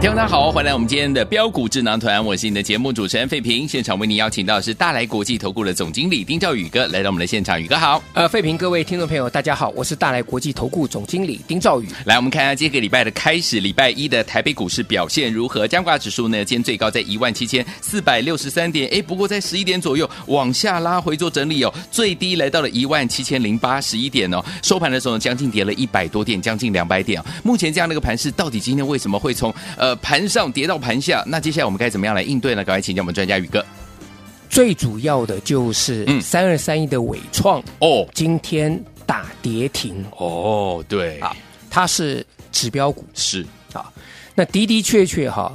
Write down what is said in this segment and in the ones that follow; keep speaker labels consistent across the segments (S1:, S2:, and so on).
S1: 听众大家好，欢迎来我们今天的标股智囊团，我是你的节目主持人费平。现场为您邀请到的是大来国际投顾的总经理丁兆宇哥来到我们的现场，宇哥好。
S2: 呃，费评各位听众朋友，大家好，我是大来国际投顾总经理丁兆宇。
S1: 来，我们看一下这个礼拜的开始，礼拜一的台北股市表现如何？加挂指数呢，今天最高在17,463点，哎，不过在11点左右往下拉回做整理哦，最低来到了17,081点哦，收盘的时候呢将近跌了一百多点，将近两百点、哦。目前这样的一个盘势，到底今天为什么会从呃盘上跌到盘下？那接下来我们该怎么样来应对呢？赶快请教我们专家宇哥
S2: 最主要的就是
S1: 嗯
S2: 三二三一的伟创，
S1: 哦
S2: 今天打跌停，
S1: 哦，对啊，
S2: 它是指标股
S1: 是
S2: 啊。那的的确确哈，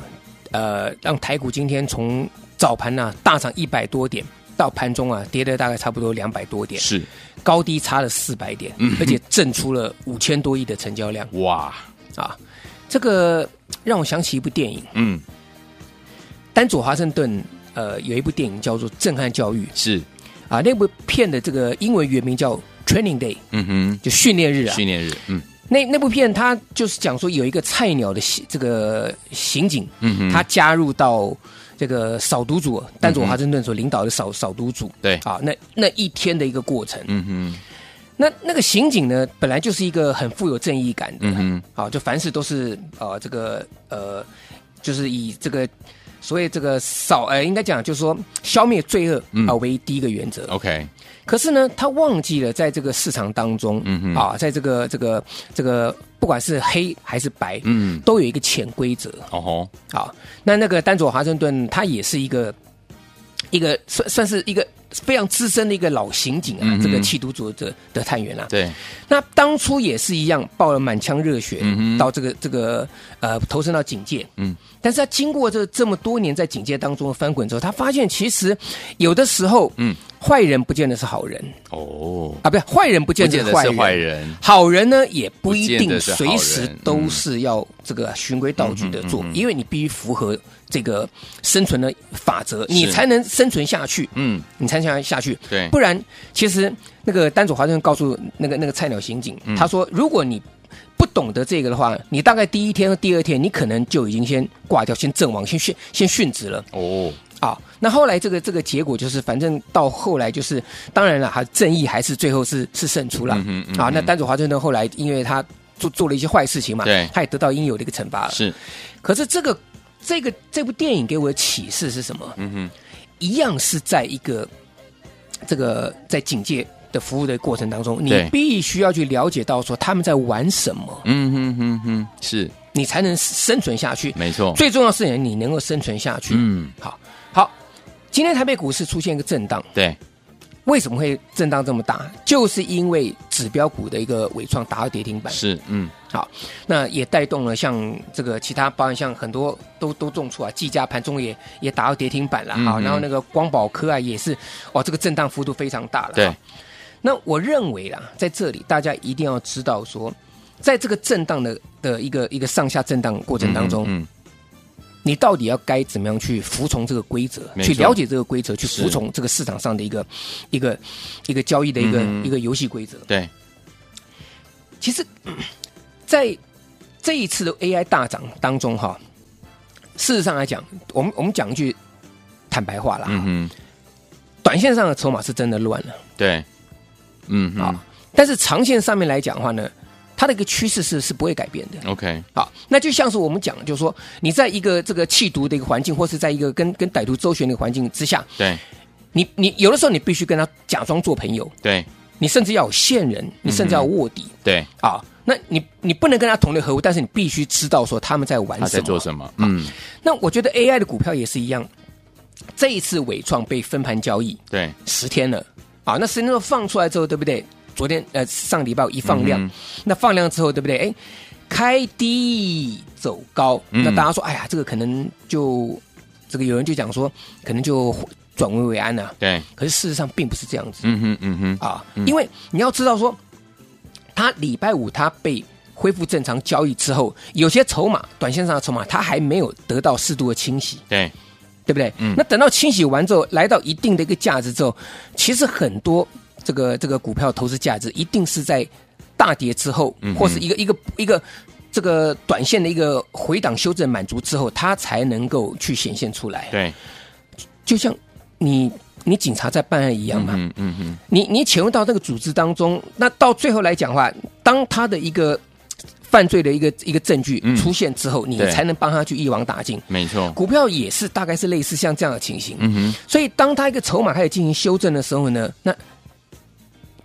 S2: 呃，让台股今天从早盘呢、大涨一百多点，到盘中啊跌了大概差不多两百多点，
S1: 是
S2: 高低差了四百点，
S1: 嗯
S2: 而且震出了五千多亿的成交量
S1: 哇，
S2: 啊。这个让我想起一部电影，
S1: 嗯
S2: 丹佐华盛顿呃有一部电影叫做《震撼教育》
S1: 是，
S2: 啊，那部片的这个英文原名叫《Training Day》，
S1: 嗯哼，
S2: 就训练日啊
S1: 训。练日，嗯
S2: 那那部片它就是讲说有一个菜鸟的刑这个刑警，
S1: 嗯哼，
S2: 他加入到这个扫毒组，丹佐华盛顿所领导的扫扫毒组。
S1: 对
S2: 啊，那那一天的一个过程，
S1: 嗯哼，
S2: 那那个刑警呢，本来就是一个很富有正义感的，
S1: 嗯哼，
S2: 啊，就凡事都是呃这个呃，就是以这个所谓这个扫呃，应该讲就是说消灭罪恶啊、
S1: 嗯
S2: 为第一个原则。
S1: OK，
S2: 可是呢，他忘记了在这个市场当中，
S1: 嗯哼
S2: 啊，在这个这个这个不管是黑还是白，
S1: 嗯，
S2: 都有一个潜规则
S1: 哦吼，
S2: 啊。那那个丹佐华盛顿他也是一个一个算算是一个非常资深的一个老刑警啊，
S1: 嗯哼
S2: 这个缉毒组的的探员啊。
S1: 对，
S2: 那当初也是一样，抱了满腔热血、
S1: 嗯哼
S2: 到这个这个呃投身到警界，
S1: 嗯，
S2: 但是他经过这这么多年在警界当中的翻滚之后，他发现其实有的时候，
S1: 嗯，
S2: 坏人不见得是好人
S1: 哦，
S2: 啊，不是坏人不
S1: 不
S2: 见得
S1: 见
S2: 是
S1: 得
S2: 坏
S1: 是
S2: 人，
S1: 坏人，
S2: 好人呢也不一
S1: 不见
S2: 定
S1: 得是好人
S2: 随时都是要这个循规蹈矩的做，
S1: 嗯嗯嗯嗯
S2: 因为你必须符合这个生存的法则，你才能生存下去。
S1: 嗯，
S2: 你才想下去，
S1: 对
S2: 不然其实那个丹佐华盛顿告诉那个那个菜鸟刑警，
S1: 嗯
S2: 他说，如果你不懂得这个的话，你大概第一天和第二天，你可能就已经先挂掉，先阵亡，先殉先殉职了
S1: 哦，
S2: 啊。那后来这个这个结果就是，反正到后来就是，当然了，还正义还是最后是是胜出了、
S1: 嗯哼嗯哼
S2: 啊。那丹佐华盛顿后来因为他做做了一些坏事情嘛，
S1: 对
S2: 他也得到应有的一个惩罚了。
S1: 是，
S2: 可是这个这个这部电影给我的启示是什么？
S1: 嗯哼，
S2: 一样是在一个这个在警戒的服务的过程当中，你
S1: 对
S2: 必须要去了解到说他们在玩什么，
S1: 嗯哼哼哼，是，
S2: 你才能生存下去。
S1: 没错，
S2: 最重要的是你能够生存下去。
S1: 嗯，
S2: 好，好，今天台北股市出现一个震荡，
S1: 对，
S2: 为什么会震荡这么大？就是因为指标股的一个尾创打到跌停板，
S1: 是，嗯，
S2: 好，那也带动了像这个其他，包含像很多都都重挫啊，技嘉盘中也也打到跌停板了
S1: 嗯
S2: 好，
S1: 嗯
S2: 然后那个光宝科啊也是，哇，这个震荡幅度非常大了。
S1: 对
S2: 好，那我认为啦，在这里大家一定要知道说，在这个震荡的的一个一个上下震荡过程当中，
S1: 嗯，
S2: 你到底要该怎么样去服从这个规则，
S1: 没错
S2: 去了解这个规则，去服
S1: 是
S2: 从这个市场上的一个一个一个交易的一个、
S1: 嗯嗯
S2: 一个游戏规则。
S1: 对，
S2: 其实，嗯在这一次的 AI 大涨当中，哈，事实上来讲，我们我们讲一句坦白话啦，
S1: 嗯哼，
S2: 短线上的筹码是真的乱了
S1: 对，嗯
S2: 啊、
S1: 哼
S2: 但是长线上面来讲的话呢，它的一个趋势是是不会改变的。
S1: ，OK，
S2: 好，那就像是我们讲的，就是说你在一个这个弃毒的一个环境，或是在一个跟跟歹徒周旋的环境之下，
S1: 对，
S2: 你你有的时候你必须跟他假装做朋友，
S1: 对，
S2: 你甚至要有线人，你甚至
S1: 嗯
S2: 要有卧底、
S1: 对，
S2: 啊。那你你不能跟他同流合污，但是你必须知道说他们在玩
S1: 他
S2: 什
S1: 在
S2: 么
S1: 做。什么？嗯，
S2: 那我觉得 AI 的股票也是一样，这一次伟创被分盘交易
S1: 对，
S2: 十天了啊，那十天之后放出来之后，对不对？昨天呃上礼拜一放量，
S1: 嗯
S2: 那放量之后，对不对？哎，开低走高，
S1: 嗯
S2: 那大家说，哎呀，这个可能就这个有人就讲说，可能就转危为安了、
S1: 对，
S2: 可是事实上并不是这样子。
S1: 嗯哼，嗯哼，
S2: 啊，因为你要知道说，他礼拜五他被恢复正常交易之后，有些筹码，短线上的筹码，它还没有得到适度的清洗，
S1: 对，
S2: 对不对？
S1: 嗯
S2: 那等到清洗完之后，来到一定的一个价值之后，其实很多这个这个股票投资价值一定是在大跌之后，
S1: 嗯哼
S2: 或是一个一个一个。这个短线的一个回档修正满足之后，它才能够去显现出来。
S1: 对，
S2: 就像你你警察在办案一样嘛，
S1: 嗯嗯哼，
S2: 你你潜入到那个组织当中，那到最后来讲的话，当他的一个犯罪的一个一个证据
S1: 嗯
S2: 出现之后，你
S1: 对
S2: 才能帮他去一网打尽。
S1: 没错，
S2: 股票也是大概是类似像这样的情形，
S1: 嗯哼，
S2: 所以当他一个筹码开始进行修正的时候呢，那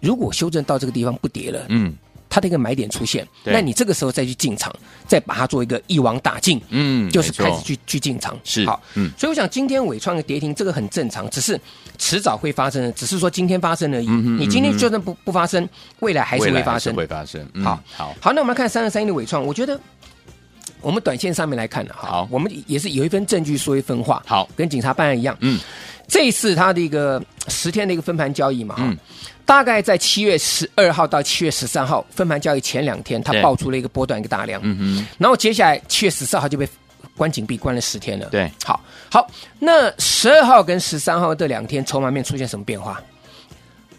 S2: 如果修正到这个地方不跌了，
S1: 嗯
S2: 它的一个买点出现，
S1: 对
S2: 那你这个时候再去进场，再把它做一个一网打尽，
S1: 嗯，
S2: 就是
S1: 没错
S2: 开始去去进场。
S1: 是
S2: 好，
S1: 嗯
S2: 嗯，所以我想今天伟创的跌停这个很正常，只是迟早会发生的，只是说今天发生而已。
S1: 嗯哼
S2: 你
S1: 嗯
S2: 今天
S1: 哼
S2: 就算不不发生，未来还是
S1: 未来
S2: 会发生
S1: 还是。会发生。嗯
S2: 好
S1: 好，
S2: 好，那我们来看三二三一的伟创，我觉得我们短线上面来看呢，哈
S1: 好
S2: 我们也是有一份证据说一分话，
S1: 好
S2: 跟警察办案一样。
S1: 嗯，
S2: 这一次它的一个十天的一个分盘交易嘛，哈
S1: 嗯
S2: 大概在七月十二号到七月十三号分盘交易前两天，它
S1: 对
S2: 爆出了一个波段一个大量，
S1: 嗯
S2: 然后接下来七月十四号就被关紧闭，关了十天了。
S1: 对，
S2: 好，好，那十二号跟十三号这两天筹码面出现什么变化？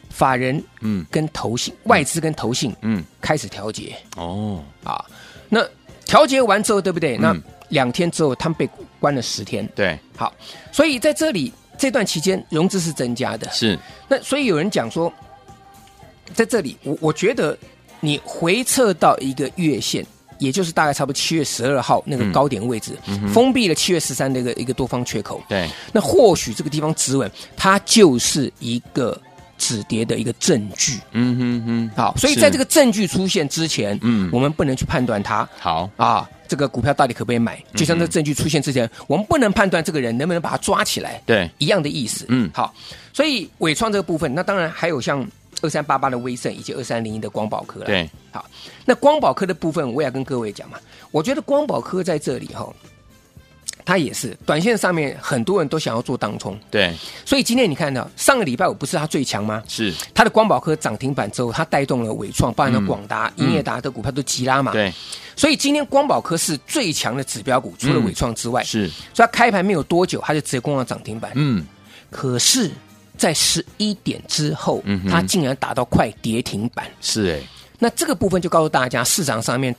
S2: 法人
S1: 嗯
S2: 跟投信、外资跟投信
S1: 嗯，
S2: 开始调节
S1: 哦，
S2: 啊。那调节完之后，对不对？那
S1: 嗯
S2: 两天之后，他们被关了十天。
S1: 对，
S2: 好，所以在这里这段期间，融资是增加的。
S1: 是，
S2: 那所以有人讲说，在这里，我我觉得你回撤到一个月线，也就是大概差不多七月十二号
S1: 嗯
S2: 那个高点位置，封闭了七月十三的一个一个多方缺口。
S1: 对，
S2: 那或许这个地方止稳，它就是一个止跌的一个证据。
S1: 嗯哼哼，
S2: 好，所以
S1: 是
S2: 在这个证据出现之前，
S1: 嗯
S2: 我们不能去判断它
S1: 好，嗯
S2: 啊，这个股票到底可不可以买？就像这证据出现之前，我们不能判断这个人能不能把他抓起来。
S1: 对，
S2: 一样的意思。
S1: 嗯
S2: 好，所以伟创这个部分，那当然还有像二三八八的威盛以及二三零一的光宝科了。，
S1: 对，
S2: 好，那光宝科的部分，我也要跟各位讲嘛，我觉得光宝科在这里哈、它也是短线上面很多人都想要做当冲，
S1: 对，
S2: 所以今天你看到上个礼拜五不是它最强吗？
S1: 是，
S2: 它的光宝科涨停板之后，它带动了伟创，包含了
S1: 嗯
S2: 广达、
S1: 嗯
S2: 英业达的股票都急拉嘛。，
S1: 对，
S2: 所以今天光宝科是最强的指标股，除了伟创之外，
S1: 嗯是，
S2: 所以它开盘没有多久，它就直接攻上涨停板。
S1: 嗯，
S2: 可是，在十一点之后
S1: 嗯，哼
S2: 它竟然打到快跌停板。
S1: 是，哎，
S2: 那这个部分就告诉大家，市场上面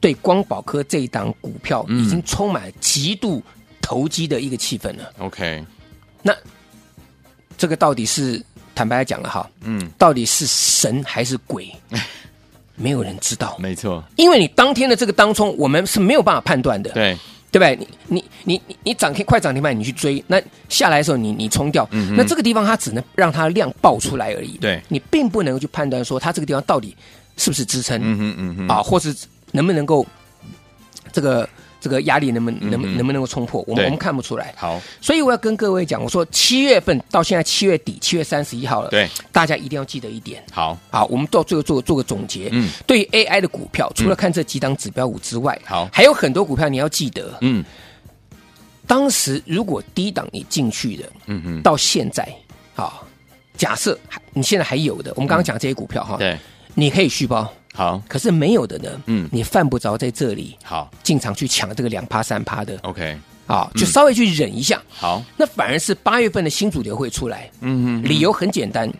S2: 对光宝科这一档股票
S1: 嗯
S2: 已经充满极度投机的一个气氛了。
S1: OK，
S2: 那这个到底是坦白来讲了啊哈，
S1: 嗯，
S2: 到底是神还是鬼？没有人知道，
S1: 哎没错，
S2: 因为你当天的这个当冲，我们是没有办法判断的。
S1: 对，
S2: 对不对？你你你你你涨停快涨停板，你去追，那下来的时候你你冲掉，
S1: 嗯哼
S2: 那这个地方它只能让它量爆出来而已。
S1: 对
S2: 你并不能去判断说它这个地方到底是不是支撑、
S1: 嗯哼嗯哼，
S2: 啊，或是能不能够这个这个压力能不能能不
S1: 嗯哼
S2: 能不能够冲破，我
S1: 对
S2: 们我们看不出来。
S1: 好，
S2: 所以我要跟各位讲，我说七月份到现在七月底，七月三十一号了，
S1: 对，
S2: 大家一定要记得一点
S1: 好，
S2: 啊，我们到最后做做个总结。
S1: 嗯，
S2: 对于 AI 的股票，除了看这几档指标股之外，
S1: 好
S2: 还有很多股票你要记得，
S1: 嗯
S2: 当时如果低档你进去的，
S1: 嗯哼，
S2: 到现在啊，假设还你现在还有的，我们刚刚讲这些股票哈，
S1: 嗯对，
S2: 你可以续包，
S1: 好，
S2: 可是没有的呢，
S1: 嗯
S2: 你犯不着在这里
S1: 好
S2: 进场去抢这个两趴三趴的
S1: ，OK，
S2: 啊，就稍微去忍一下，
S1: 好，
S2: 那反而是八月份的新主流会出来，
S1: 嗯哼，
S2: 理由很简单，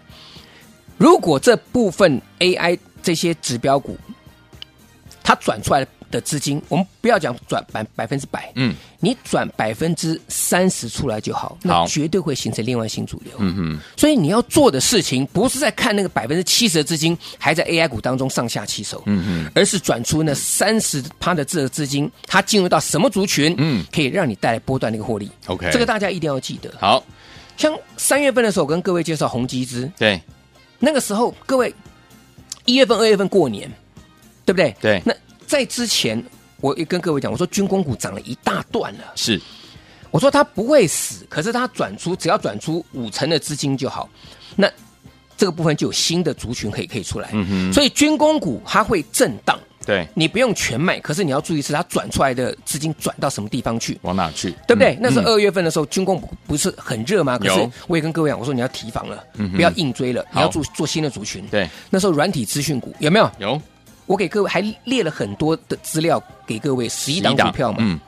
S2: 如果这部分 AI 这些指标股，它转出来的资金，我们不要讲转百百分之百，
S1: 嗯
S2: 你转百分之三十出来就好，
S1: 好
S2: 那绝对会形成另外新主流。
S1: 嗯哼，
S2: 所以你要做的事情，不是在看那个百分之七十的资金还在 AI 股当中上下其手，
S1: 嗯哼，
S2: 而是转出那三十趴的这个资金，它进入到什么族群，
S1: 嗯
S2: 可以让你带来波段的一个获利。
S1: OK
S2: 这个大家一定要记得。
S1: 好，
S2: 像三月份的时候，我跟各位介绍宏基资，
S1: 对，
S2: 那个时候各位一月份、二月份过年，对不对？
S1: 对
S2: 那在之前，我也跟各位讲，我说军工股涨了一大段了。
S1: 是，
S2: 我说它不会死，可是它转出只要转出五成的资金就好，那这个部分就有新的族群可以可以出来。
S1: 嗯哼
S2: 所以军工股它会震荡，
S1: 对，
S2: 你不用全卖，可是你要注意是它转出来的资金转到什么地方去。
S1: 往哪去？
S2: 对不对？
S1: 嗯
S2: 那是
S1: 嗯
S2: 二月份的时候，军工不不是很热吗？可是
S1: 有嗯
S2: 我也跟各位讲，我说你要提防了，
S1: 哼
S2: 不要硬追了，你要
S1: 好
S2: 做做新的族群。
S1: 嗯对，
S2: 那时候软体资讯股有没有？
S1: 有
S2: 我给各位还列了很多的资料给各位，十一档股票嘛，
S1: 嗯，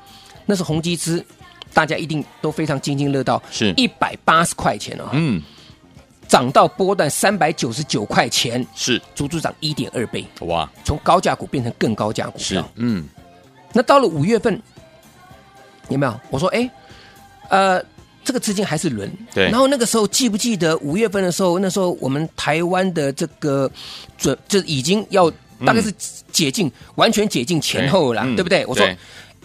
S2: 那是宏基资，大家一定都非常津津乐道，
S1: 是
S2: 一百八十块钱啊、
S1: 嗯，
S2: 涨到波段三百九十九块钱，
S1: 是
S2: 足足涨一点二倍，
S1: 哇，
S2: 从高价股变成更高价股
S1: 是
S2: 票。
S1: 嗯，
S2: 那到了五月份，有没有？我说，哎，呃，这个资金还是轮。
S1: 对
S2: 然后那个时候记不记得五月份的时候，那时候我们台湾的这个准，这已经要大概是解禁，完全解禁前后啦，
S1: 嗯
S2: 对不对？我说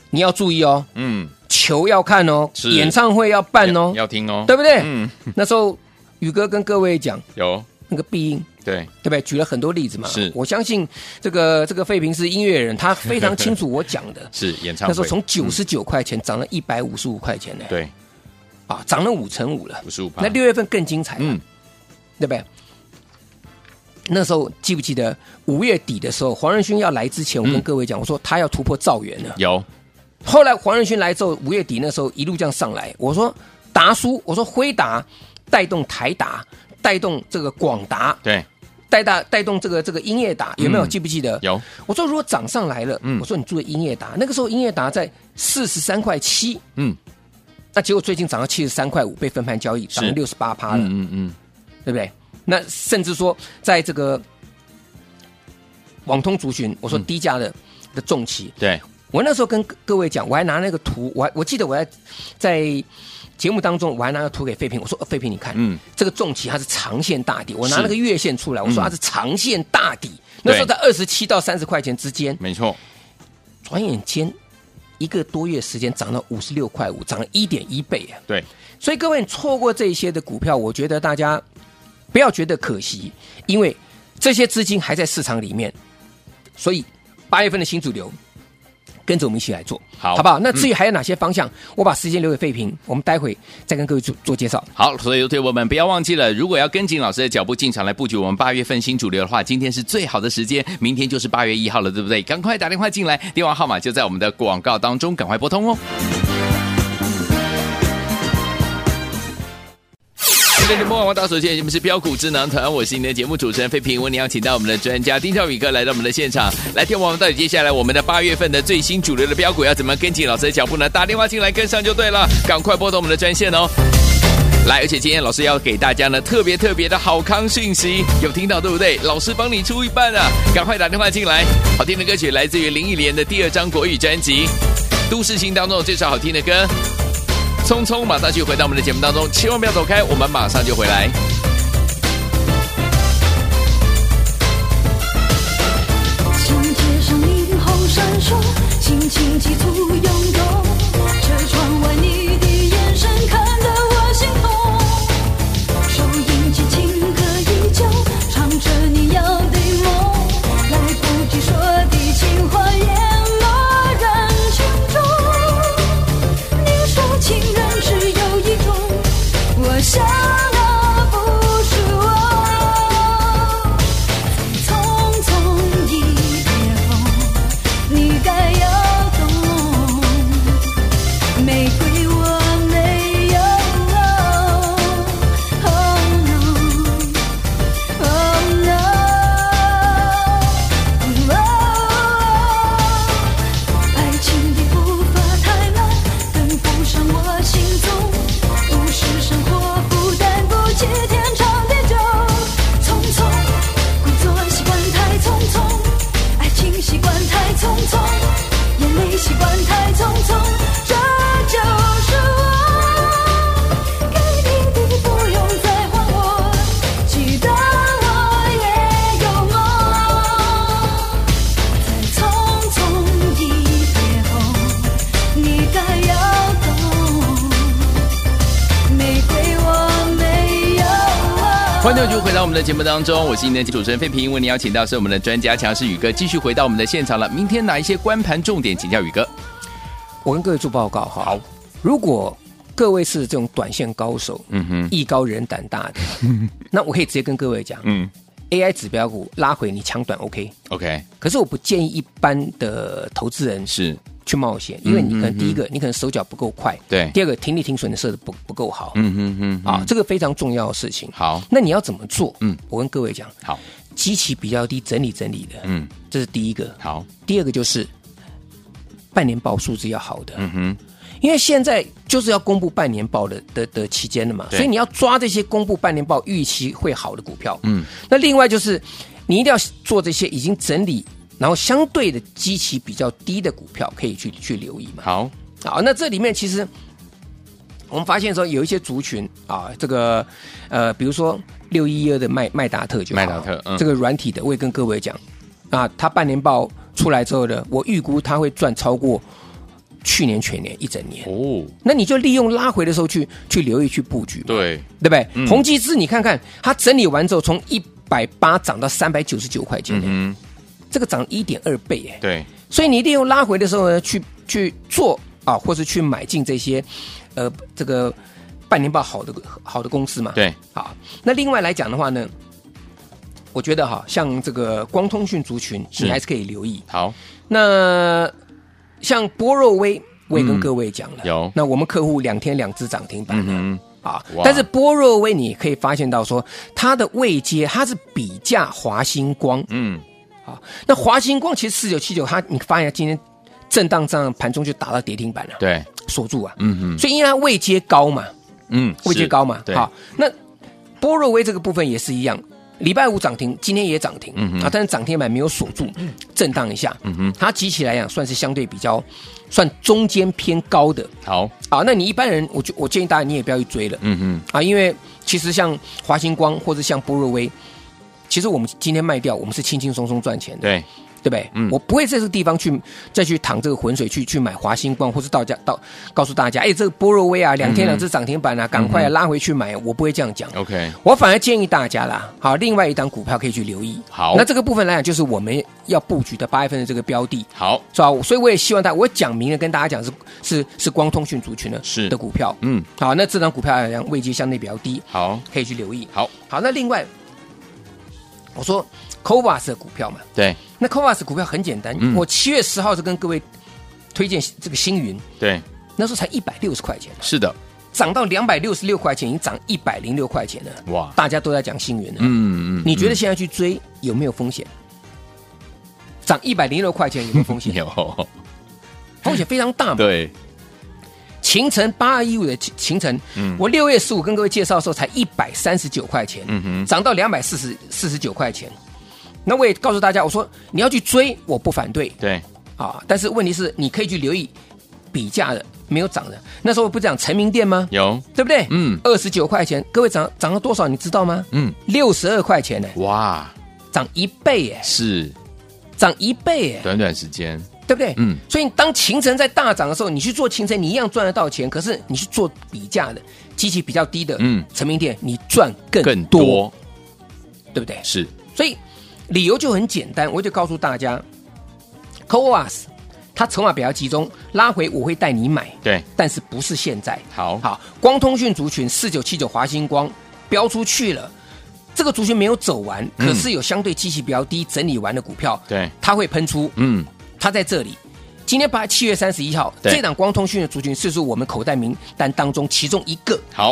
S2: 你要注意哦，
S1: 嗯，
S2: 球要看哦，
S1: 是
S2: 演唱会要办哦，
S1: 要要听哦，
S2: 对不对？
S1: 嗯，
S2: 那时候宇哥跟各位讲
S1: 有
S2: 那个必应。
S1: 对，
S2: 对不对？举了很多例子嘛，
S1: 是
S2: 我相信这个这个费平是音乐人，他非常清楚我讲 的。
S1: 是演唱
S2: 那
S1: 会，
S2: 时候从九十九块钱涨了一百五十五块钱呢，
S1: 嗯对
S2: 啊，涨了五成五了
S1: 五。十五
S2: 那六月份更精彩，
S1: 嗯，
S2: 对不对？那时候记不记得五月底的时候，黄仁勋要来之前，我跟
S1: 嗯
S2: 各位讲，我说他要突破兆元了。
S1: 有
S2: 后来黄仁勋来之后，五月底那时候一路这样上来，我说达叔，我说辉达带动台达，带动这个广达，
S1: 对
S2: 带大带动这个这个英业达，有没有、
S1: 嗯
S2: 记不记得？
S1: 有
S2: 我说如果涨上来了，
S1: 嗯
S2: 我说你注意英业达，那个时候英业达在四十三块七，
S1: 嗯，
S2: 那结果最近涨到七十三块五，被分盘交易，涨了六十八趴了，
S1: 嗯嗯嗯，
S2: 对不对？那甚至说在这个网通族群，我
S1: 嗯
S2: 说低价的、的重企，
S1: 对
S2: 我那时候跟各各位讲，我还拿那个图，我还我记得我还在节目当中，我还拿个图给费平，我说呃费平你看，
S1: 嗯
S2: 这个重企它是长线大底，我拿
S1: 是
S2: 那个月线出来，我说
S1: 嗯
S2: 它是长线大底，那时候在二十七到三十块钱之间，
S1: 没错，
S2: 转眼间一个多月时间涨到五十六块五，涨了一点一倍啊！
S1: 对
S2: 所以各位你错过这一些的股票，我觉得大家不要觉得可惜，因为这些资金还在市场里面，所以八月份的新主流。跟着我们一起来做，
S1: 好
S2: 好不好？那至于还有哪些方向，我把时间留给费平，我们待会再跟各位做做介绍。
S1: 好，所以对我们不要忘记了，如果要跟紧老师的脚步进场来布局我们八月份新主流的话，今天是最好的时间，明天就是八月一号了，对不对？赶快打电话进来，电话号码就在我们的广告当中，赶快拨通哦。今天的播王大手见，你们是标股智囊团，我是你的节目主持人费平。为你邀请到我们的专家丁兆宇哥来到我们的现场，来听我们到底接下来我们的八月份的最新主流的标股要怎么跟紧老师的脚步呢？打电话进来跟上就对了，赶快拨通我们的专线哦。来，而且今天老师要给大家呢特别特别的好康讯息，有听到对不对？老师帮你出一半啊，赶快打电话进来。好听的歌曲来自于林忆莲的第二张国语专辑《都市心》当中这首好听的歌。匆匆马上就回到我们的节目当中，千万不要走开，我们马上就回来。
S3: 长街上霓虹闪烁，心情急促涌动。车窗外你的眼神看得我心痛。收音机情歌依旧，唱着你要的梦，来不及说的情话淹没人群中。你说情人只有一种，我想那不是我。匆匆一瞥风，你该要懂，玫瑰我没有。Oh no, oh no, oh. 爱情的步伐太慢，跟不上我行踪。都市生活负担不起天长地久，匆匆工作习惯太匆匆，爱情习惯太匆匆，眼泪习惯太匆匆，这就是我。该停的不用再还我，记得我也有梦。匆匆一瞥后，你该要懂，玫瑰我没有。
S1: 欢迎继续回到我们的节目当中，我是今天的主持人费平，为您邀请到是我们的专家强势宇哥，继续回到我们的现场了。明天哪一些关盘重点请教宇哥？
S2: 我跟各位做报告哈。好，如果各位是这种短线高手，
S1: 嗯哼，
S2: 艺高人胆大的， 那我可以直接跟各位讲
S1: 嗯
S2: ，AI 指标股拉回你抢短 OK，
S1: ，OK，
S2: 可是我不建议一般的投资人
S1: 是
S2: 去冒险，因为你可
S1: 嗯嗯
S2: 能第一个你可能手脚不够快，
S1: 对
S2: 第二个停利停损的设的不不够好，
S1: 嗯哼哼，
S2: 啊，这个非常重要的事情。
S1: 好，
S2: 那你要怎么做？
S1: 嗯
S2: 嗯，我跟各位讲，
S1: 好，
S2: 基期比较低，整理整理的，
S1: 嗯，
S2: 这是第一个。
S1: 好，
S2: 第二个就是半年报数字要好的，
S1: 嗯哼，
S2: 因为现在就是要公布半年报的的的期间了嘛，
S1: 对
S2: 所以你要抓这些公布半年报预期会好的股票。
S1: 嗯，
S2: 那另外就是你一定要做这些已经整理，然后相对的基期比较低的股票可以去去留意嘛。
S1: 好，
S2: 好，那这里面其实我们发现说有一些族群啊，这个呃，比如说六一二的麦麦达特就好
S1: 麦达特嗯
S2: 这个软体的，我也跟各位讲啊，它半年报出来之后呢，我预估它会赚超过去年全年一整年。
S1: 哦，
S2: 那你就利用拉回的时候去去留意去布局嘛，
S1: 对，
S2: 对不对？
S1: 嗯
S2: 宏基资你看看，它整理完之后从一百八涨到三百九十九块钱，
S1: 嗯
S2: 这个涨一点二倍哎
S1: 哼，。对，
S2: 所以你一定用拉回的时候呢，去去做啊，或是去买进这些，呃，这个半年报好的好的公司嘛。，
S1: 对，
S2: 好。那另外来讲的话呢，我觉得哈，像这个光通讯族群，
S1: 是
S2: 你还是可以留意。
S1: 好，
S2: 那像波若威，我也跟各位讲了，
S1: 嗯有
S2: 那我们客户两天两只涨停板了。
S1: 嗯
S2: 啊
S1: 哇，
S2: 但是波若威你可以发现到说，它的位阶它是比价华星光，
S1: 嗯，
S2: 好，那华星光其实四九七九，它你发现今天震荡上盘中就打到跌停板了，
S1: 对，
S2: 锁住啊，
S1: 嗯哼，
S2: 所以因为它位阶高嘛，
S1: 嗯，
S2: 位阶
S1: 是
S2: 高嘛，
S1: 对，
S2: 好，那波若威这个部分也是一样。礼拜五涨停，今天也涨停、
S1: 嗯哼
S2: 啊，但是涨停板没有锁住，震荡一下。
S1: 嗯哼
S2: 它集起来讲算是相对比较，算中间偏高的
S1: 好，
S2: 啊。那你一般人，我就我建议大家你也不要去追了，
S1: 嗯哼，
S2: 啊，因为其实像华星光或者像波若威，其实我们今天卖掉，我们是轻轻松松赚钱的。
S1: 对，
S2: 对不对？
S1: 嗯
S2: 我不会在这个地方去再去淌这个浑水，去去买华星光，或是到家到告诉大家，哎，这个波若
S1: 嗯
S2: 威啊，两天两只涨停板啊，赶快、啊、拉回去买，我不会这样讲。
S1: OK，
S2: 我反而建议大家啦，好，另外一档股票可以去留意。
S1: 好
S2: 那这个部分来讲，就是我们要布局的八月份的这个标的，
S1: 好，
S2: 是吧？所以我也希望大我讲明了跟大家讲是是是光通讯族群的
S1: 是
S2: 的股票，
S1: 嗯，
S2: 好，那这档股票来讲位阶相对比较低，
S1: 好，
S2: 可以去留意。
S1: 好，
S2: 好，那另外我说 Covas 的股票嘛，
S1: 对，
S2: 那 Covas 股票很简单，
S1: 嗯
S2: 我七月十号是跟各位推荐这个星云，
S1: 对，
S2: 那时候才一百六十块钱，
S1: 是的，
S2: 涨到两百六十六块钱，已经涨一百零六块钱了。
S1: 哇，
S2: 大家都在讲星云了，
S1: 嗯嗯
S2: 你觉得现在去追有没有风险？涨一百零六块钱有没有风险？
S1: 有？
S2: 风险非常大嘛。
S1: 对，
S2: 秦城八二一五的秦秦城，
S1: 嗯
S2: 我六月十五跟各位介绍的时候才一百三十九块钱，
S1: 嗯哼，
S2: 涨到两百四十四十九块钱。那我也告诉大家，我说你要去追，我不反对，
S1: 对，
S2: 啊，但是问题是，你可以去留意比价的没有涨的。那时候我不是讲成名店吗？
S1: 有，
S2: 对不对？
S1: 嗯
S2: 二十九块钱，各位涨涨了多少？你知道吗？
S1: 嗯，
S2: 六十二块钱呢、
S1: 哇，
S2: 涨一倍耶，
S1: 是
S2: 涨一倍耶，
S1: 短短时间，
S2: 对不对？
S1: 嗯，
S2: 所以当秦城在大涨的时候，你去做秦城，你一样赚得到钱。可是你去做比价的，机器比较低的，
S1: 嗯
S2: 成名店你赚更
S1: 更
S2: 多，
S1: 多
S2: 对不对？
S1: 是，
S2: 所以理由就很简单，我就告诉大家 c o a s 它筹码比较集中，拉回我会带你买。
S1: 对，
S2: 但是不是现在。
S1: 好，，
S2: 好，光通讯族群四九七九华星光标出去了，这个族群没有走完，
S1: 嗯
S2: 可是有相对基期比较低、整理完的股票，
S1: 对，
S2: 它会喷出，
S1: 嗯，
S2: 它在这里。今天八七月三十一号，
S1: 对
S2: 这档光通讯的族群是属我们口袋名单当中其中一个
S1: 好，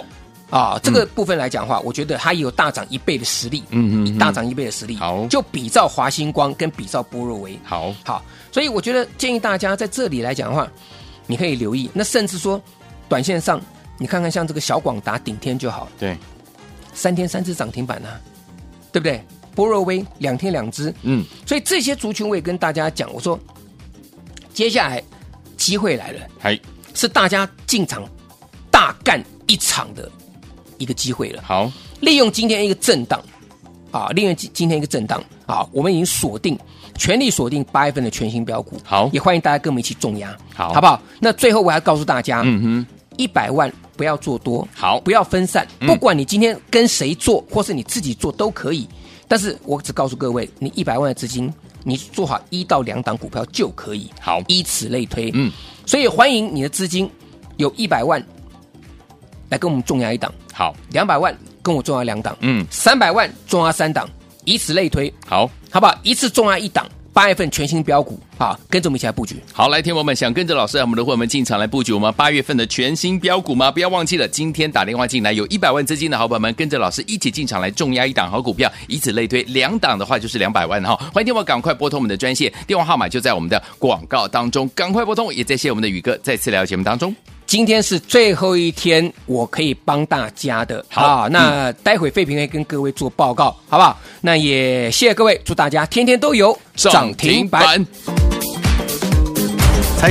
S2: 啊。
S1: 嗯
S2: 这个部分来讲的话，我觉得它也有大涨一倍的实力，
S1: 嗯嗯嗯
S2: 大涨一倍的实力，
S1: 好
S2: 就比照华星光跟比照波若维，
S1: 好，
S2: 好，所以我觉得建议大家在这里来讲的话，你可以留意。那甚至说，短线上你看看像这个小广达顶天就好，
S1: 对，
S2: 三天三只涨停板啊，对不对？波若威两天两只，
S1: 嗯，
S2: 所以这些族群我也跟大家讲，我说接下来机会来了，
S1: 还
S2: 是大家进场大干一场的一个机会了。
S1: 好，
S2: 利用今天一个震荡啊，利用今今天一个震荡啊，我们已经锁定，全力锁定八月份的全新标股。
S1: 好
S2: 也欢迎大家跟我们一起重压，
S1: 好
S2: 好不好？那最后我还告诉大家，
S1: 嗯哼，
S2: 一百万不要做多，
S1: 好
S2: 不要分散，
S1: 嗯
S2: 不管你今天跟谁做，或是你自己做都可以。但是我只告诉各位，你一百万的资金，你做好一到两档股票就可以。
S1: 好
S2: 以此类推。
S1: 嗯，
S2: 所以欢迎你的资金有一百万，来跟我们重压一档，
S1: 好，
S2: 两百万跟我重压两档，
S1: 嗯，
S2: 三百万重压三档，以此类推，
S1: 好。
S2: 好不好？一次重压一档，八月份全新标股啊，跟着我们一起来布局。
S1: 好，来，天友们想跟着老师和我们的伙伴们进场来布局我们八月份的全新标股吗？不要忘记了，今天打电话进来有一百万资金的好朋友们，跟着老师一起进场来重压一档好股票，以此类推，两档的话就是两百万哈、欢迎天友赶快拨通我们的专线，电话号码就在我们的广告当中，赶快拨通。也谢谢我们的宇哥再次来到节目当中。
S2: 今天是最后一天，我可以帮大家的。
S1: 好嗯
S2: 那待会费平会跟各位做报告，好不好？那也谢谢各位，祝大家天天都有。
S4: 财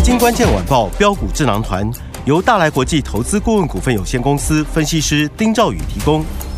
S4: 经关键晚报标股智囊团由大来国际投资顾问股份有限公司分析师丁兆宇提供。